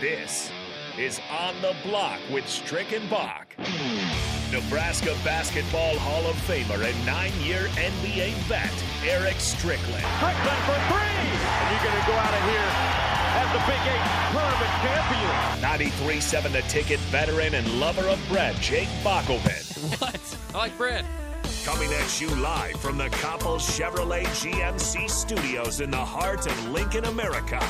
This is On the Block with Stricken Bach. Nebraska Basketball Hall of Famer and nine-year NBA vet, Eric Strickland. Strickland for three! And you're going to go out of here as the Big Eight tournament 93.7 champion. The Ticket veteran and lover of bread, Jake Bakoven. What? I like bread. Coming at you live from the Coppel Chevrolet GMC studios in the heart of Lincoln, America.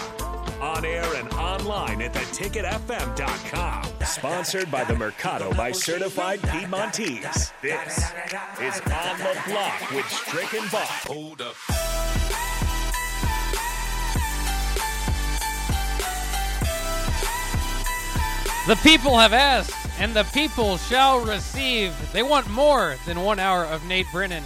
On air and online at theticketfm.com. Sponsored by the Mercado by Certified Piedmontese. This is On the Block with Stricken Bob. Hold up. The people have asked, and the people shall receive. They want more than one hour of Nate Brennan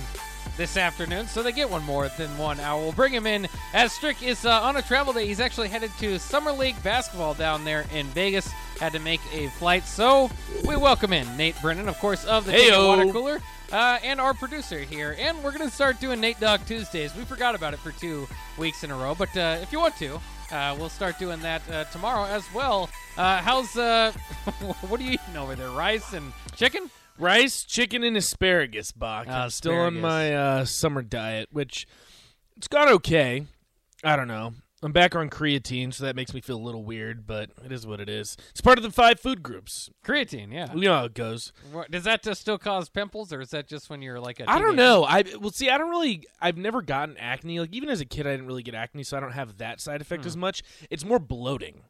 this afternoon, so they get one more than one hour. We'll bring him in as Strick is uh, on a travel day. He's actually headed to Summer League basketball down there in Vegas. Had to make a flight, so we welcome in Nate Brennan, of course, of the Ticket Heyo. Water Cooler, uh, and our producer here. And we're going to start doing Nate Dog Tuesdays. We forgot about it for two weeks in a row, but uh, if you want to, uh, we'll start doing that uh, tomorrow as well. Uh, how's uh, what are you eating over there? Rice and chicken? Rice, chicken, and asparagus, Bach. Ah, I'm still on asparagus. my uh, summer diet, which it's gone okay. I don't know. I'm back on creatine, so that makes me feel a little weird, but it is what it is. It's part of the five food groups. Creatine, yeah. You know how it goes. What- Does that just still cause pimples, or is that just when you're like a? I don't teenager? know. I well, see, I don't really. I've never gotten acne. Like even as a kid, I didn't really get acne, so I don't have that side effect as much. It's more bloating.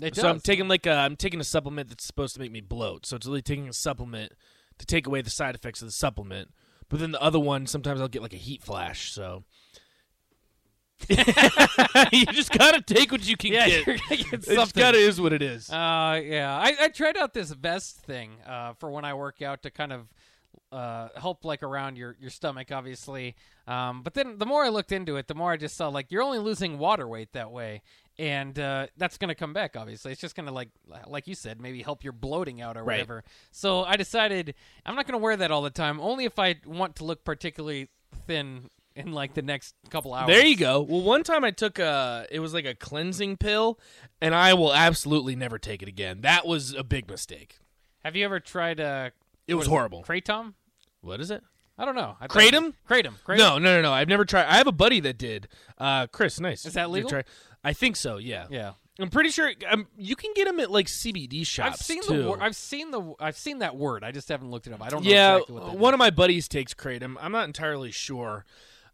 It so I'm does. taking like a, I'm taking a supplement that's supposed to make me bloat. So it's really taking a supplement to take away the side effects of the supplement. But then the other one, sometimes I'll get like a heat flash. So you just gotta take what you can Yeah, get. you're gonna get It's something. gotta is what it is. Uh, yeah. I, I tried out this vest thing uh, for when I work out to kind of uh, help like around your, your stomach, obviously. Um, but then the more I looked into it, the more I just saw like you're only losing water weight that way. And uh, that's going to come back, obviously. It's just going to, like like you said, maybe help your bloating out or Right. whatever. So I decided I'm not going to wear that all the time, only if I want to look particularly thin in like the next couple hours. There you go. Well, one time I took a, it was like a cleansing pill, and I will absolutely never take it again. That was a big mistake. Have you ever tried uh, It was horrible. Kratom? What is it? I don't know. I thought- Kratom? Kratom. Kratom. No, no, no, no. I've never tried. I have a buddy that did. Uh, Chris, nice. Is that You legal? try- I think so. Yeah. Yeah. I'm pretty sure um, you can get them at like CBD shops I've seen too. the word. I've seen the. I've seen that word. I just haven't looked it up. I don't know yeah, exactly what that one of my buddies takes kratom. I'm not entirely sure.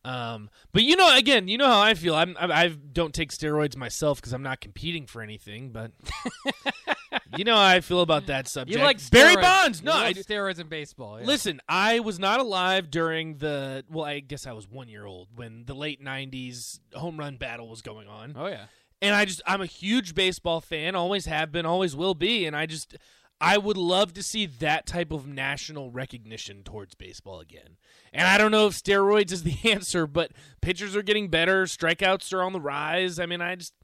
Um, but you know, again, you know how I feel. I'm, I, I don't take steroids myself because I'm not competing for anything. But you know how I feel about that subject. You like Barry steroids. Bonds? You No, love I, steroids in baseball. Oh, yeah. Listen, I was not alive during the well, I guess I was one year old when the late '90s home run battle was going on, Oh yeah. and I just I'm a huge baseball fan, always have been, always will be, and I just I would love to see that type of national recognition towards baseball again. And I don't know if steroids is the answer, but pitchers are getting better, strikeouts are on the rise. I mean, I just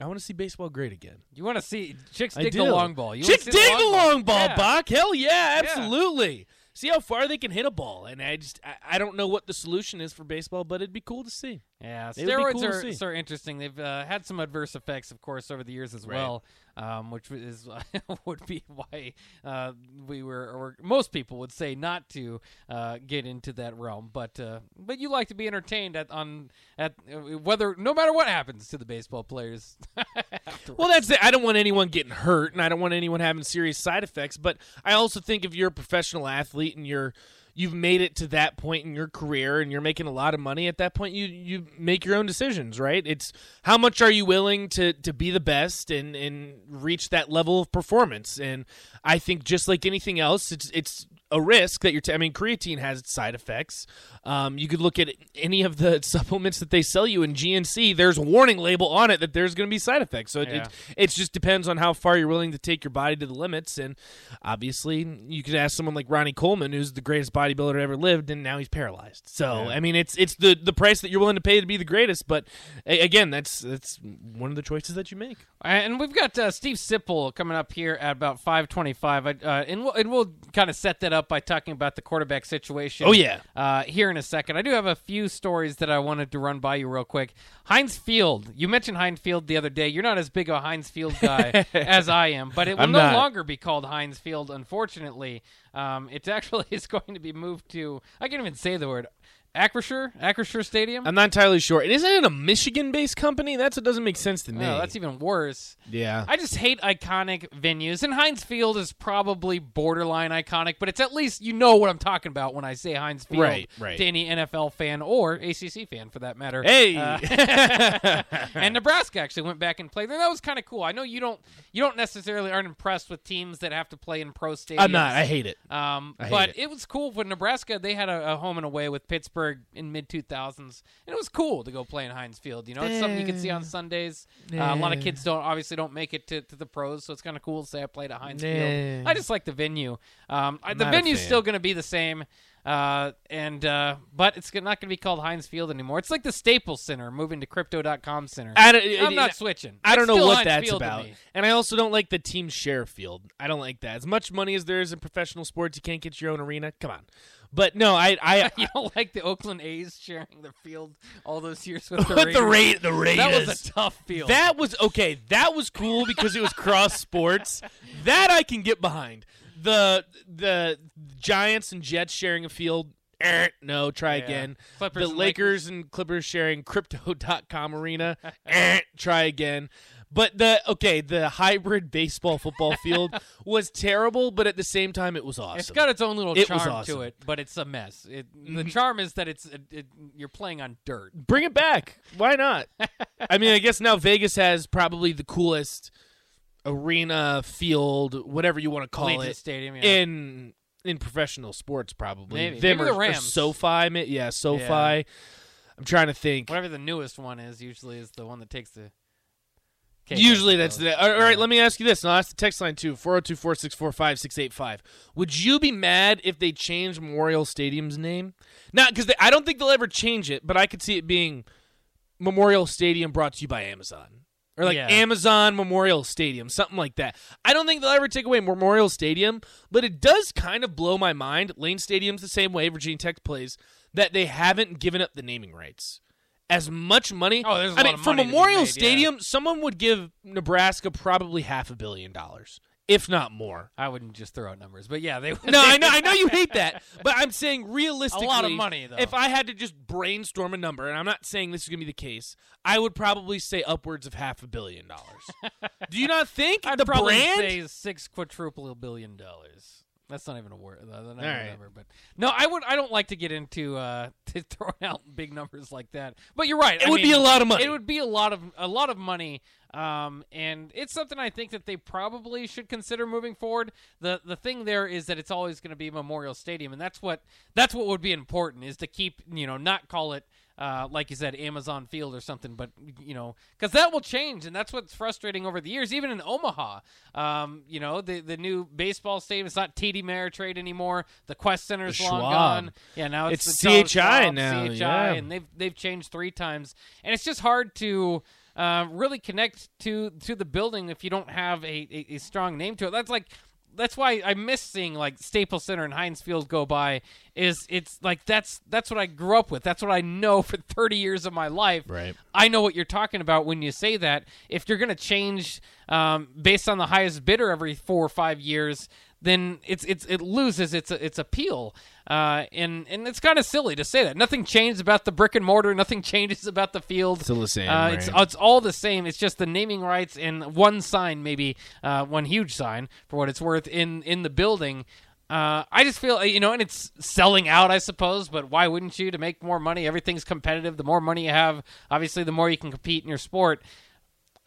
I want to see baseball great again. You want to see chicks I dig do. the long ball? You wanna Chicks see the dig the long ball, Yeah. Bach. Hell yeah, absolutely. See how far they can hit a ball, and I just I, I don't know what the solution is for baseball, but it'd be cool to see. Yeah, It would be steroids cool to are, see. so interesting. They've uh, had some adverse effects, of course, over the years as Right. well, um, which is would be why uh, we were, or most people would say, not to uh, get into that realm. But uh, but you like to be entertained at on at uh, whether no matter what happens to the baseball players. afterwards. Well, that's it. I don't want anyone getting hurt, and I don't want anyone having serious side effects. But I also think if you're a professional athlete and you're you've made it to that point in your career and you're making a lot of money at that point, you you make your own decisions, right? It's how much are you willing to to be the best and and reach that level of performance? And I think just like anything else, it's it's a risk that you're. T- I mean, creatine has its side effects. Um, you could look at any of the supplements that they sell you in GNC. There's a warning label on it that there's going to be side effects. So it, Yeah. it it just depends on how far you're willing to take your body to the limits. And obviously, you could ask someone like Ronnie Coleman, who's the greatest bodybuilder that ever lived, and now he's paralyzed. So Yeah. I mean, it's it's the the price that you're willing to pay to be the greatest. But a- again, that's that's one of the choices that you make. And we've got uh, Steve Sipple coming up here at about 5:25, I- uh, and we'll, and we'll kind of set that up by talking about the quarterback situation. Oh, yeah. uh, here in a second. I do have a few stories that I wanted to run by you real quick. Heinz Field. You mentioned Heinz Field the other day. You're not as big a Heinz Field guy as I am, but it will I'm no not. longer be called Heinz Field, unfortunately. Um, it's actually is going to be moved to. I can't even say the word. Acrisure, Acrisure Stadium. I'm not entirely sure. And isn't it a Michigan-based company? That's what doesn't make sense to me. No, Oh, that's e- even worse. yeah. I just hate iconic venues, and Heinz Field is probably borderline iconic, but it's at least you know what I'm talking about when I say Heinz Field Right, right. to any NFL fan or ACC fan for that matter. hey, Uh, and Nebraska actually went back and played there. That was kind of cool. I know you don't you don't necessarily aren't impressed with teams that have to play in pro stadiums. I'm not. I hate it. Um, I hate but it. it. was cool when Nebraska they had a, a home and away with Pittsburgh in mid two thousands, and it was cool to go play in Heinz Field. You know, it's something you can see on Sundays. Uh, a lot of Nah. kids don't obviously don't make it to, to the pros, so it's kind of cool to say I played at Heinz Field. Nah. I just like the venue. Um, I, the not a venue's fan. still going to be the same. Uh, and uh, but it's not going to be called Heinz Field anymore. It's like the Staples Center moving to Crypto.com Center. I don't- it- I'm not it- switching. I don't It's know still what Heinz that's Field to about. me. And I also don't like the team share field. I don't like that. As much money as there is in professional sports, you can't get your own arena. Come on. But no, I I, You don't like the Oakland A's sharing the field all those years with the put Raiders? the rate the Raiders. That was a tough field. That was okay. That was cool because it was cross sports. That I can get behind. The the Giants and Jets sharing a field. Eh, no, try Yeah. again. Clippers the and Lakers, and Clippers sharing crypto.com arena. Eh, try again. But the okay, the hybrid baseball football field was terrible, but at the same time it was awesome. it's got its own little It was charm awesome. Mm-hmm. to it, but it's a mess. It, the charm is that it's it, it, you're playing on dirt. Bring it back. Why not? I mean, I guess now Vegas has probably the coolest arena, field, whatever you want to call Allegiant it, Stadium. Yeah. in in professional sports. Probably Maybe. Them Maybe or- the or Rams. SoFi, ma- yeah, SoFi. Yeah. I'm trying to think. Whatever the newest one is, usually is the one that takes the. cake, I Usually that's suppose. the. All all right, let me ask you this. And I'll ask the text line too 402 464 5685. Would you be mad if they changed Memorial Stadium's name? Not because I don't think they'll ever change it, but I could see it being Memorial Stadium brought to you by Amazon. Or like Yeah. Amazon Memorial Stadium, something like that. I don't think they'll ever take away Memorial Stadium, but it does kind of blow my mind. Lane Stadium's the same way Virginia Tech plays, that they haven't given up the naming rights. As much money. Oh, there's a I lot mean, of for money to be Memorial made, yeah. Stadium, someone would give Nebraska probably half a billion dollars, if not more. I wouldn't just throw out numbers, but yeah, they. No, I know, I know you hate that, but I'm saying realistically, money, though. If I had to just brainstorm a number, and I'm not saying this is gonna be the case, I would probably say upwards of half a billion dollars. Do you not think I'd the probably brand? say six quadruple billion dollars. That's not even a word. That's not even a right. number, but no, I would. I don't like to get into uh, to throwing out big numbers like that. But you're right. it I would be mean, a lot of money. It would be a lot of a lot of money, um, and it's something I think that they probably should consider moving forward. the The thing there is that it's always going to be Memorial Stadium, and that's what that's what would be important is to keep you know not call it. Uh, like you said, Amazon Field or something, but you know, because that will change, and that's what's frustrating over the years. Even in Omaha, um, you know, the the new baseball stadium is not TD Ameritrade anymore. The Quest Center is long Schwab. gone. Yeah, now it's, It's the Charles CHI Schwab, now, CHI, yeah. and they've they've changed three times, and it's just hard to uh, really connect to to the building if you don't have a, a, a strong name to it. That's like that's why I miss seeing like Staples Center and Heinz Field go by. Is it's like that's that's what I grew up with. That's what I know for thirty years of my life. Right. I know what you're talking about when you say that. If you're going to change um, based on the highest bidder every four or five years, then it's it's it loses its its appeal, uh, and and it's kind of silly to say that. Nothing changes about the brick and mortar. Nothing changes about the field. Still the same, Uh, It's right? it's all the same. It's just the naming rights and one sign, maybe uh, one huge sign for what it's worth in in the building. Uh, I just feel you know, and it's selling out, I suppose. But why wouldn't you? To make more money, everything's competitive. The more money you have, obviously, the more you can compete in your sport.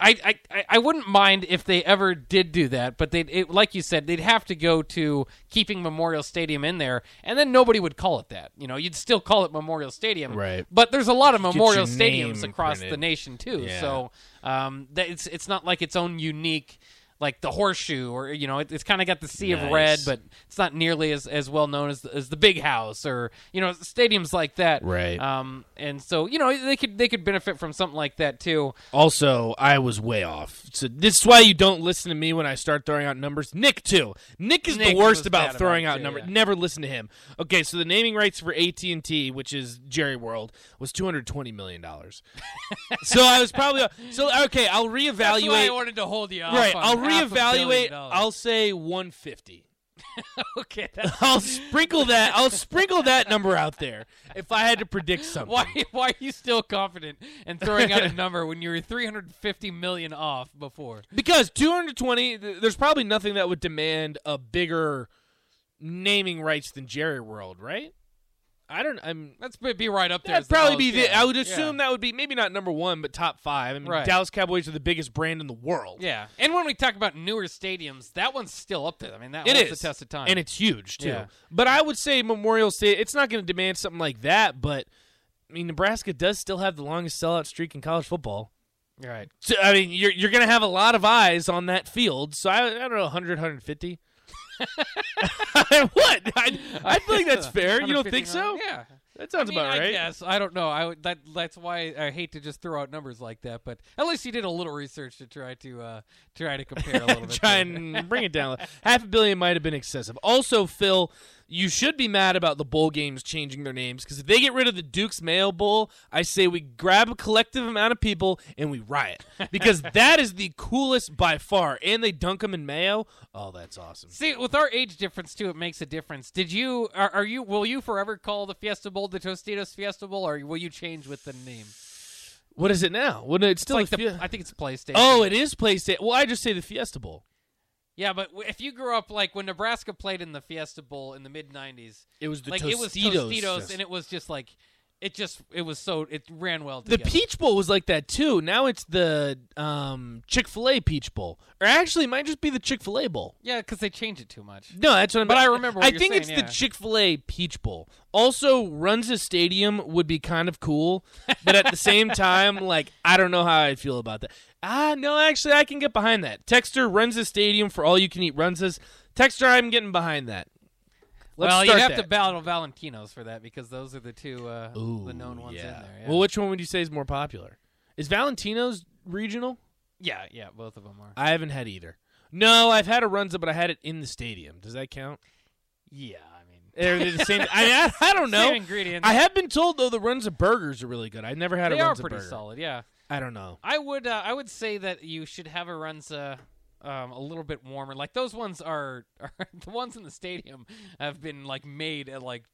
I, I- I, I wouldn't mind if they ever did do that, but they it, like you said they'd have to go to keeping Memorial Stadium in there, and then nobody would call it that. You know, you'd still call it Memorial Stadium, Right. But there's a lot of Memorial your Stadiums name across printed. the nation too, Yeah. so um, that it's it's not like its own unique like the horseshoe, or you know, it, it's kind of got the sea of Nice. red, but it's not nearly as, as well known as the, as the Big House or you know stadiums like that. Right. Um, and so you know they could they could benefit from something like that too. Also, I was way off. So this is why you don't listen to me when I start throwing out numbers. Nick too. Nick is Nick the was worst bad about about throwing it, out too, numbers. yeah. Never listen to him. Okay, so the naming rights for AT and T, which is Jerry World, was two hundred twenty million dollars. so I was probably so okay. I'll That's why I reevaluate. wanted to hold you off Right, on half I'll a billion reevaluate. dollars. I'll say one fifty. okay. That's, I'll sprinkle that. I'll sprinkle that number out there. If I had to predict something, why why are you still confident and throwing out a number when you were 350 million off before? Because 220, th- there's probably nothing that would demand a bigger naming rights than Jerry World, right? I don't. I'm. That's be- be right up there. as That'd the probably most, be the. yeah, I would yeah. assume that would be maybe not number one, but top five. I mean, Right. Dallas Cowboys are the biggest brand in the world. Yeah, and when we talk about newer stadiums, that one's still up there. I mean, that it holds is the test of time. and it's huge too. Yeah. But I would say Memorial State. It's not going to demand something like that, but I mean, Nebraska does still have the longest sellout streak in college football. right. So, I mean, you're you're going to have a lot of eyes on that field. So I, I don't know, 100, 150. what? I, I think that's fair. You don't think so? Yeah, That sounds I mean, about I right. guess I don't know. I would, that that's why I hate to just throw out numbers like that. But at least you did a little research to try to uh, try to compare a little bit. Try there. and bring it down. Half a billion might have been excessive. Also, Phil, you should be mad about the bowl games changing their names because if they get rid of the Duke's Mayo Bowl, I say we grab a collective amount of people and we riot because that is the coolest by far. And they dunk them in mayo. Oh, that's awesome. See, with our age difference too, it makes a difference. Did you are, are you will you forever call the Fiesta Bowl the Tostitos Fiesta Bowl, or will you change with the name? What is it now? What it's still Like the, the, Fi- I think it's PlayStation. Oh, it is PlayStation. Well, I just say the Fiesta Bowl. yeah, but w- if you grew up like when Nebraska played in the Fiesta Bowl in the mid '90s, It was the like Tostitos. it was Tostitos, and it was just like it just it was so it ran well. the Together. Peach Bowl was like that too. Now it's the um, Chick Fil A Peach Bowl, or actually, it might just be the Chick Fil A Bowl. yeah, because they changed it too much. No, that's what. I'm But I remember what I you're think saying, it's yeah. the Chick Fil A Peach Bowl. Also, runs a stadium would be kind of cool, but at the same time, like I don't know how I'd feel about that. Ah, no, actually, I can get behind that. Texter runs a stadium for all you can eat. Runs us. Texter, I'm getting behind that. Let's well, you'd start have that. to battle Valentino's for that because those are the two uh, the known ones in there. Yeah. Well, which one would you say is more popular? Is Valentino's regional? yeah, yeah, both of them are. I haven't had either. No, I've had a Runza, but I had it in the stadium. Does that count? yeah, I mean, Are they the same? I, I, I don't know. Same ingredients. I have been told though the Runza burgers are really good. I never had they a are Runza pretty burger. solid. Yeah, I don't know. I would uh, I would say that you should have a Runza um, a little bit warmer. Like those ones are, are the ones in the stadium have been like made at like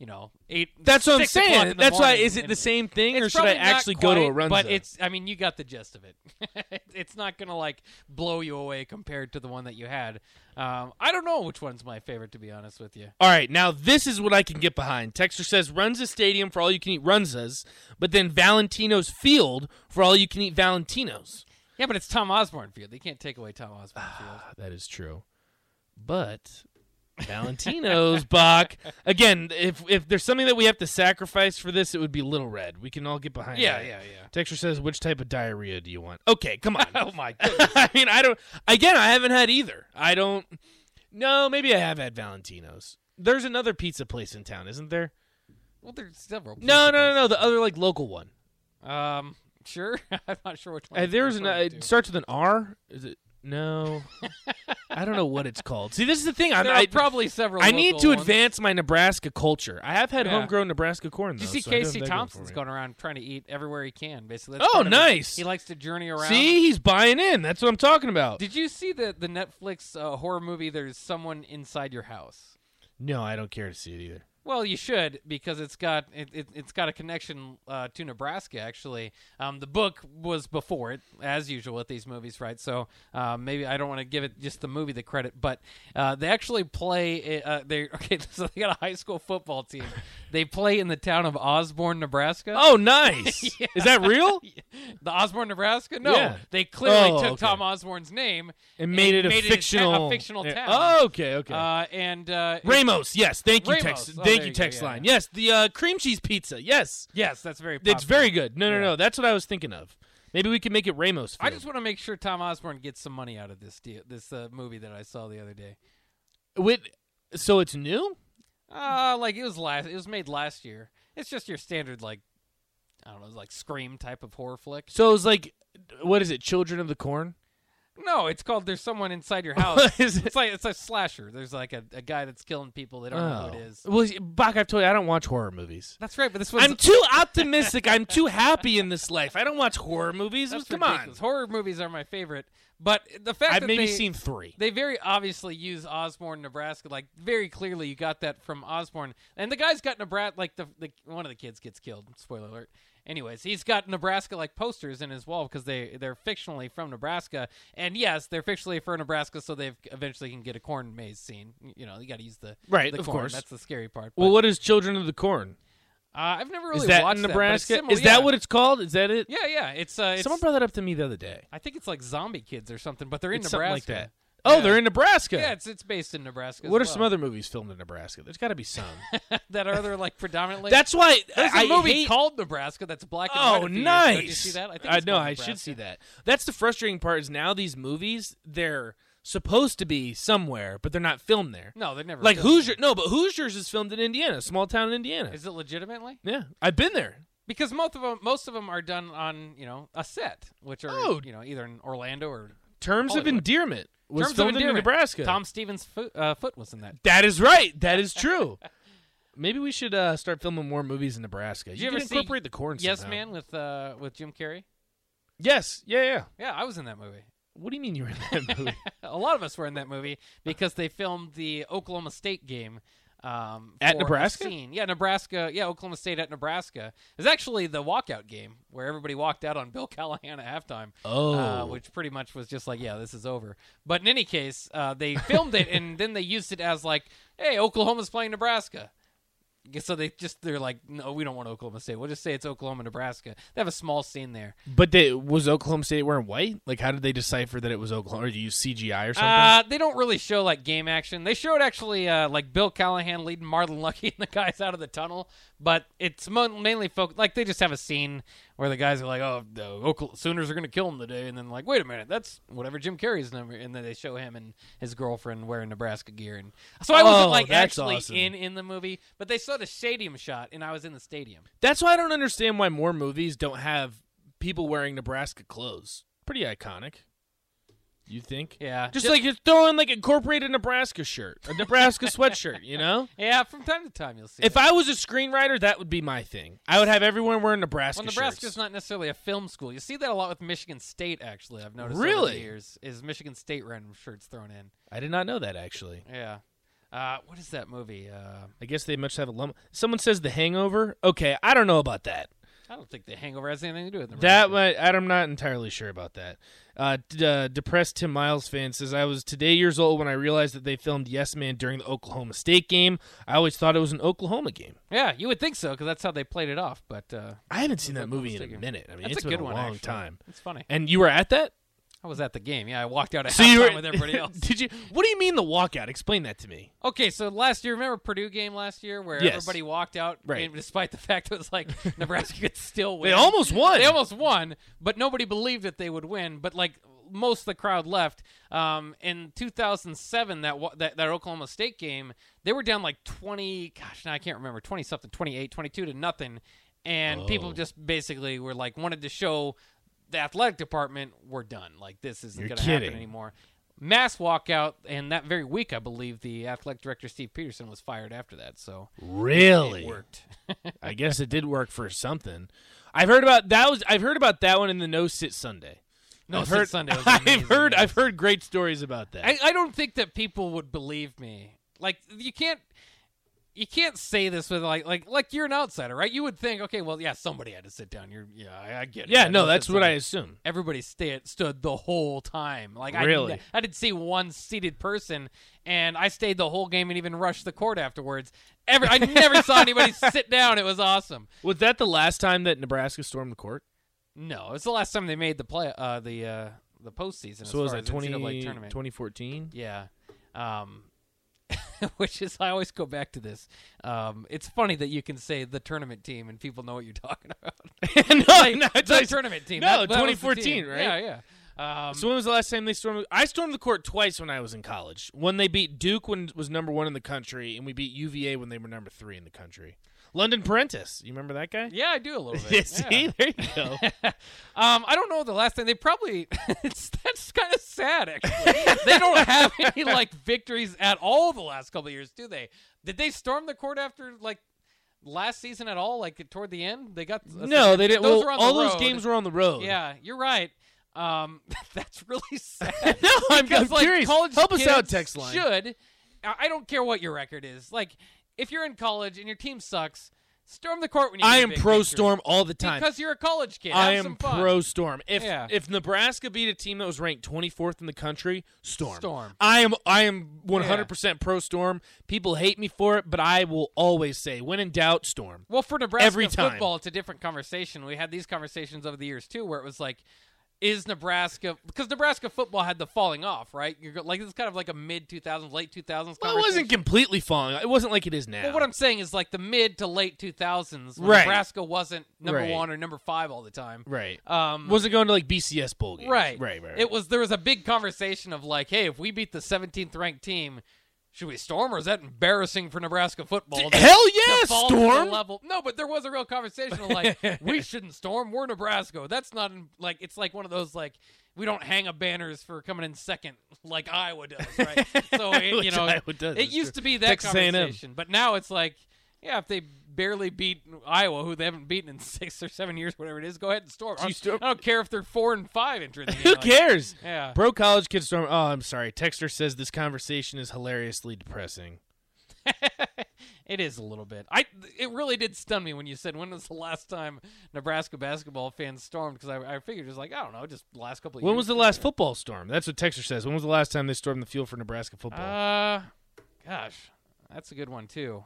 you know eight. That's what I'm six o'clock in saying. the That's why. morning, Is it and- the same thing, It's or should I probably not actually go to a quite, Runza? But it's I mean you got the gist of it. it's not gonna like blow you away compared to the one that you had. Um, I don't know which one's my favorite to be honest with you. all right. Now this is what I can get behind. Texter says Runza Stadium for all you can eat Runzas, but then Valentino's Field for all you can eat Valentinos. Yeah, but it's Tom Osborne Field. They can't take away Tom Osborne Field. Ah, That is true. But Valentino's Bach again. If if there's something that we have to sacrifice for this, it would be Little Red. We can all get behind. Yeah, that. yeah, yeah. Texture says, which type of diarrhea do you want? Okay, come on. oh my goodness. I mean, I don't. Again, I haven't had either. I don't. No, maybe I have had Valentino's. There's another pizza place in town, isn't there? Well, there's several. No, no, no, places. no. The other like local one. Um, sure. I'm not sure which one. Uh, it's there's an. Uh, referring it to. starts with an R. Is it? No. I don't know what it's called. See, this is the thing. I'm, there I, are probably several. I need local to ones. advance my Nebraska culture. I have had Yeah. homegrown Nebraska corn. Did you see though, Oh, so I Casey don't have that going Thompson's for me. going around trying to eat everywhere he can? Basically. That's Oh, part of his- nice. He likes to journey around. See, he's buying in. That's what I'm talking about. Did you see the the Netflix uh, horror movie? There's someone inside your house. no, I don't care to see it either. Well, you should because it's got it, it, it's got a connection uh, to Nebraska. Actually, um, the book was before it, as usual with these movies, right? So uh, maybe I don't want to give it just the movie the credit, but uh, they actually play. Uh, they okay, so they got a high school football team. they play in the town of Osborne, Nebraska. Oh, nice. Is that real? The Osborne, Nebraska? No, Yeah. they clearly Oh, took okay. Tom Osborne's name And made it a made fictional it a, ta- a fictional yeah. town. Oh, okay, okay. Uh, and uh, it- Ramos, yes. Thank you, Ramos. text. Oh, there thank you, you go, text yeah, line. yeah. Yes, the uh, cream cheese pizza. Yes, yes, that's very. Popular. it's very good. No, no, Yeah. no. That's what I was thinking of. Maybe we can make it Ramos. I Field. just want to make sure Tom Osborne gets some money out of this deal, this uh, movie that I saw the other day. Wait, so it's new. Uh like it was last. It was made last year. It's just your standard like, I don't know, like Scream type of horror flick. So it's like, what is it? Children of the Corn. No, it's called "There's Someone Inside Your House." It's like it's a slasher. There's like a, a guy that's killing people. They don't know who it is. Oh. Well, Bach, I've told you I don't watch horror movies. That's right, but this was I'm too optimistic. I'm too happy in this life. I don't watch horror movies. that's Come ridiculous. Horror movies are my favorite, but the fact on, I've that maybe they, seen three. they very obviously use Osborne, Nebraska. Like very clearly, you got that from Osborne. And the guy's got Nebraska. Like the, the one of the kids gets killed. Spoiler alert. Anyways, he's got Nebraska like posters in his wall because they they're fictionally from Nebraska. And yes, they're fictionally from Nebraska, so they eventually can get a corn maze scene. You know, you got to use the Right, the of corn. course. That's the scary part. Well, But, what is Children of the Corn? uh, I've never really is that watched in that, but it's Nebraska? similar- is that yeah. what it's called? Is that it? Yeah, yeah. It's uh, it's, Someone brought that up to me the other day. I think it's like Zombie Kids or something, but they're in It's something Nebraska. like that. Oh, Yeah. they're in Nebraska. Yeah, it's it's based in Nebraska. as what are well. some other movies filmed in Nebraska? There's got to be some. that are there like predominantly? That's why There's a I movie hate- called Nebraska that's black and white. Oh, a few years ago. nice! Did you see that? I, think I it's know. called I should see Nebraska. that. That's the frustrating part. Is now these movies they're supposed to be somewhere, but they're not filmed there. No, they never. like filmed it. Hoosier, no, but Hoosiers is filmed in Indiana, a small town in Indiana. Is it legitimately? yeah, I've been there. Because most of them, most of them are done on you know a set, which are Oh. you know either in Orlando or Terms of Hollywood. Endearment was Terms of filmed in Endearment. Nebraska. Tom Stevens' foot, uh, foot was in that. that is right. That is true. Maybe we should uh, start filming more movies in Nebraska. Did you you can ever see incorporate the corn. Yes, somehow. man, with uh, with Jim Carrey. Yes, yeah, yeah. Yeah, I was in that movie. What do you mean you were in that movie a lot of us were in that movie because they filmed the Oklahoma State game um, At for a Nebraska? scene. Yeah, Nebraska. Yeah, Oklahoma State at Nebraska is actually the walkout game where everybody walked out on Bill Callahan at halftime. Oh. uh, which pretty much was just like, yeah, this is over. But in any case, uh, they filmed it and then they used it as like, hey, Oklahoma's playing Nebraska. So they just they're like, no, we don't want Oklahoma State. We'll just say it's Oklahoma, Nebraska. They have a small scene there. But they, was Oklahoma State wearing white? Like, how did they decipher that it was Oklahoma? Or do you use CGI or something? Uh, they don't really show like game action. They showed actually uh, like Bill Callahan leading Marlon Lucky and the guys out of the tunnel, but it's mo- mainly focused. Like they just have a scene where the guys are like, "Oh, the Oklahoma Sooners are going to kill him today," and then like, "Wait a minute, that's whatever Jim Carrey's number." And then they show him and his girlfriend wearing Nebraska gear, and so I Oh, wasn't like that's actually awesome. in in the movie, but they showed a stadium shot, and I was in the stadium. That's why I don't understand why more movies don't have people wearing Nebraska clothes. Pretty iconic. You think? Yeah, Just, like you're throwing like incorporated Nebraska shirt, a Nebraska sweatshirt, you know? yeah, from time to time you'll see. If it. I was a screenwriter, that would be my thing. I would have everyone wearing Nebraska Well, Nebraska's shirts. not necessarily a film school. You see that a lot with Michigan State, actually. I've noticed over Really? the years is Michigan State random shirts thrown in. I did not know that actually. Yeah. Uh, what is that movie? Uh, I guess they must have a lump. Someone says The Hangover. Okay, I don't know about that. I don't think The Hangover has anything to do with Nebraska. That might, I'm not entirely sure about that. Uh, d- uh, depressed Tim Miles fan says, I was today years old when I realized that they filmed Yes Man during the Oklahoma State game. I always thought it was an Oklahoma game. Yeah, you would think so because that's how they played it off. But uh, I haven't seen that Oklahoma movie in State a game. minute. I mean, that's it's a been good one. long actually. time. It's funny. And you were at that? I was at the game. Yeah, I walked out at you halftime were with everybody else. Did you? What do you mean the walkout? Explain that to me. Okay, so last year, remember Purdue game last year where Yes. everybody walked out, Right. and despite the fact it was like Nebraska could still win. They almost won. They almost won, but nobody believed that they would win. But like most of the crowd left. Um, in 2007, that, wa- that that Oklahoma State game, they were down like 20. Gosh, now I can't remember 20 something, 28, 22 to nothing, and Oh. people just basically were like wanted to show the athletic department we're done. Like this isn't You're going to happen kidding. anymore. Mass walkout, and that very week, I believe the athletic director Steve Peterson was fired after that. So Really? it worked. I guess it did work for something. I've heard about that was I've heard about that one in the No Sit Sunday. No I've Sit heard, Sunday was amazing, I've heard yes. I've heard great stories about that. I, I don't think that people would believe me. Like you can't you can't say this with like like like you're an outsider, right? You would think, okay, well, yeah, somebody had to sit down. You're yeah, I, I get it. yeah, I no, know that's that what somebody- I assume. Everybody stayed stood the whole time. Like I, Really? didn't- I didn't see one seated person, and I stayed the whole game and even rushed the court afterwards. Every I never saw anybody sit down. It was awesome. Was that the last time that Nebraska stormed the court? No, it's the last time they made the play uh, the uh, the postseason. as So was far that as NCAA 20, tournament? 2014? Yeah. Um, which is I always go back to this. Um, it's funny that you can say the tournament team and people know what you're talking about. no, Like, no, the just- tournament team. No, That- that was the 2014, team. right? Yeah, yeah. Um, So when was the last time they stormed? I stormed the court twice when I was in college. When they beat Duke when was number one in the country, and we beat UVA when they were number three in the country. London Prentice, you remember that guy? yeah, I do a little Yeah, bit. see, yeah. there you go. Um, I don't know the last thing. They probably it's, that's kind of sad. Actually, they don't have any like victories at all the last couple of years, do they? Did they storm the court after like last season at all? Like toward the end, they got no, they didn't. Those well, were on the all those road. games were on the road. Yeah, you're right. Um, that's really sad. No, I'm, because I'm like curious. college Help us kids out, text line. should. I I don't care what your record is. Like if you're in college and your team sucks, storm the court when you. I get a am big pro victory. storm all the time. because you're a college kid. I Have am some fun. pro storm. If Yeah. if Nebraska beat a team that was ranked 24th in the country, storm. Storm. I am I am 100% pro storm. People hate me for it, but I will always say when in doubt, storm. Well, for Nebraska Every time. football, it's a different conversation. We had these conversations over the years too, where it was like, is Nebraska because Nebraska football had the falling off, right? You're go- like it's kind of like a mid 2000s, late 2000s. Well, it wasn't completely falling. It wasn't like it is now. Well, what I'm saying is like the mid to late 2000s, when Right. Nebraska wasn't number Right. one or number five all the time. right. Um, wasn't going to like BCS bowl games. right. Right, right. It was there was a big conversation of like, hey, if we beat the 17th ranked team, should we storm or is that embarrassing for Nebraska football? to- Hell to yeah, fall to the storm. level. No, but there was a real conversation of like we shouldn't storm. We're Nebraska. That's not like it's like one of those like we don't hang up banners for coming in second like Iowa does, right? so it, you Which know, Iowa does, it that's used true. to be that Texas A&M. conversation, but now it's like yeah, if they barely beat Iowa, who they haven't beaten in six or seven years, whatever it is, go ahead and storm. I you don't, storm- I don't care if they're four and five entering. The game. Who Like, cares? Yeah. Pro college kids storm. Oh, I'm sorry. Texter says this conversation is hilariously depressing. It is a little bit. I it really did stun me when you said when was the last time Nebraska basketball fans stormed because I, I figured it was like I don't know just the last couple of When years. was the last football storm? That's what Texter says. When was the last time they stormed the field for Nebraska football? uh gosh that's a good one too.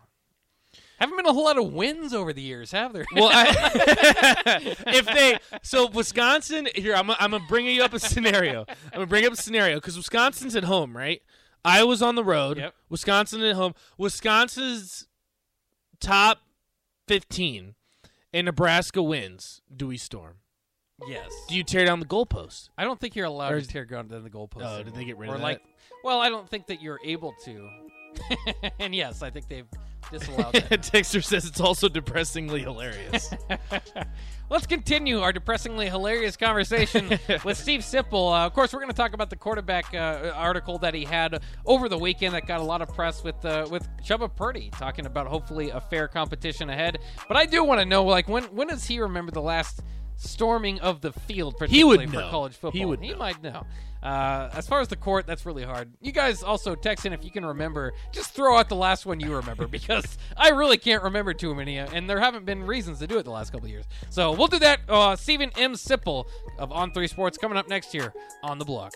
Haven't been a whole lot of wins over the years, have there? well, I, if they so Wisconsin here, I'm i I'm gonna bring you up a scenario. I'm gonna bring up a scenario because Wisconsin's at home, right? Iowa's on the road. Yep. Wisconsin at home. Wisconsin's top fifteen, and Nebraska wins. Do we storm? yes. Do you tear down the goalpost? I don't think you're allowed Or to is- tear ground down the goalpost. Oh, did they get rid anymore. of or like, Well, I don't think that you're able to. and yes, I think they've disallowed that. Texter says it's also depressingly hilarious. Let's continue our depressingly hilarious conversation with Steve Sipple. Uh, of course, we're going to talk about the quarterback uh, article that he had over the weekend that got a lot of press with uh, with Chuba Purdy, talking about hopefully a fair competition ahead. But I do want to know, like, when when does he remember the last storming of the field, He would particularly for know. college football? He would He know. might know. Uh, as far as the court, that's really hard. You guys also text in if you can remember. Just throw out the last one you remember because I really can't remember too many, uh, and there haven't been reasons to do it the last couple of years. So we'll do that. Uh, Stephen M. Sipple of On Three Sports coming up next year on the block.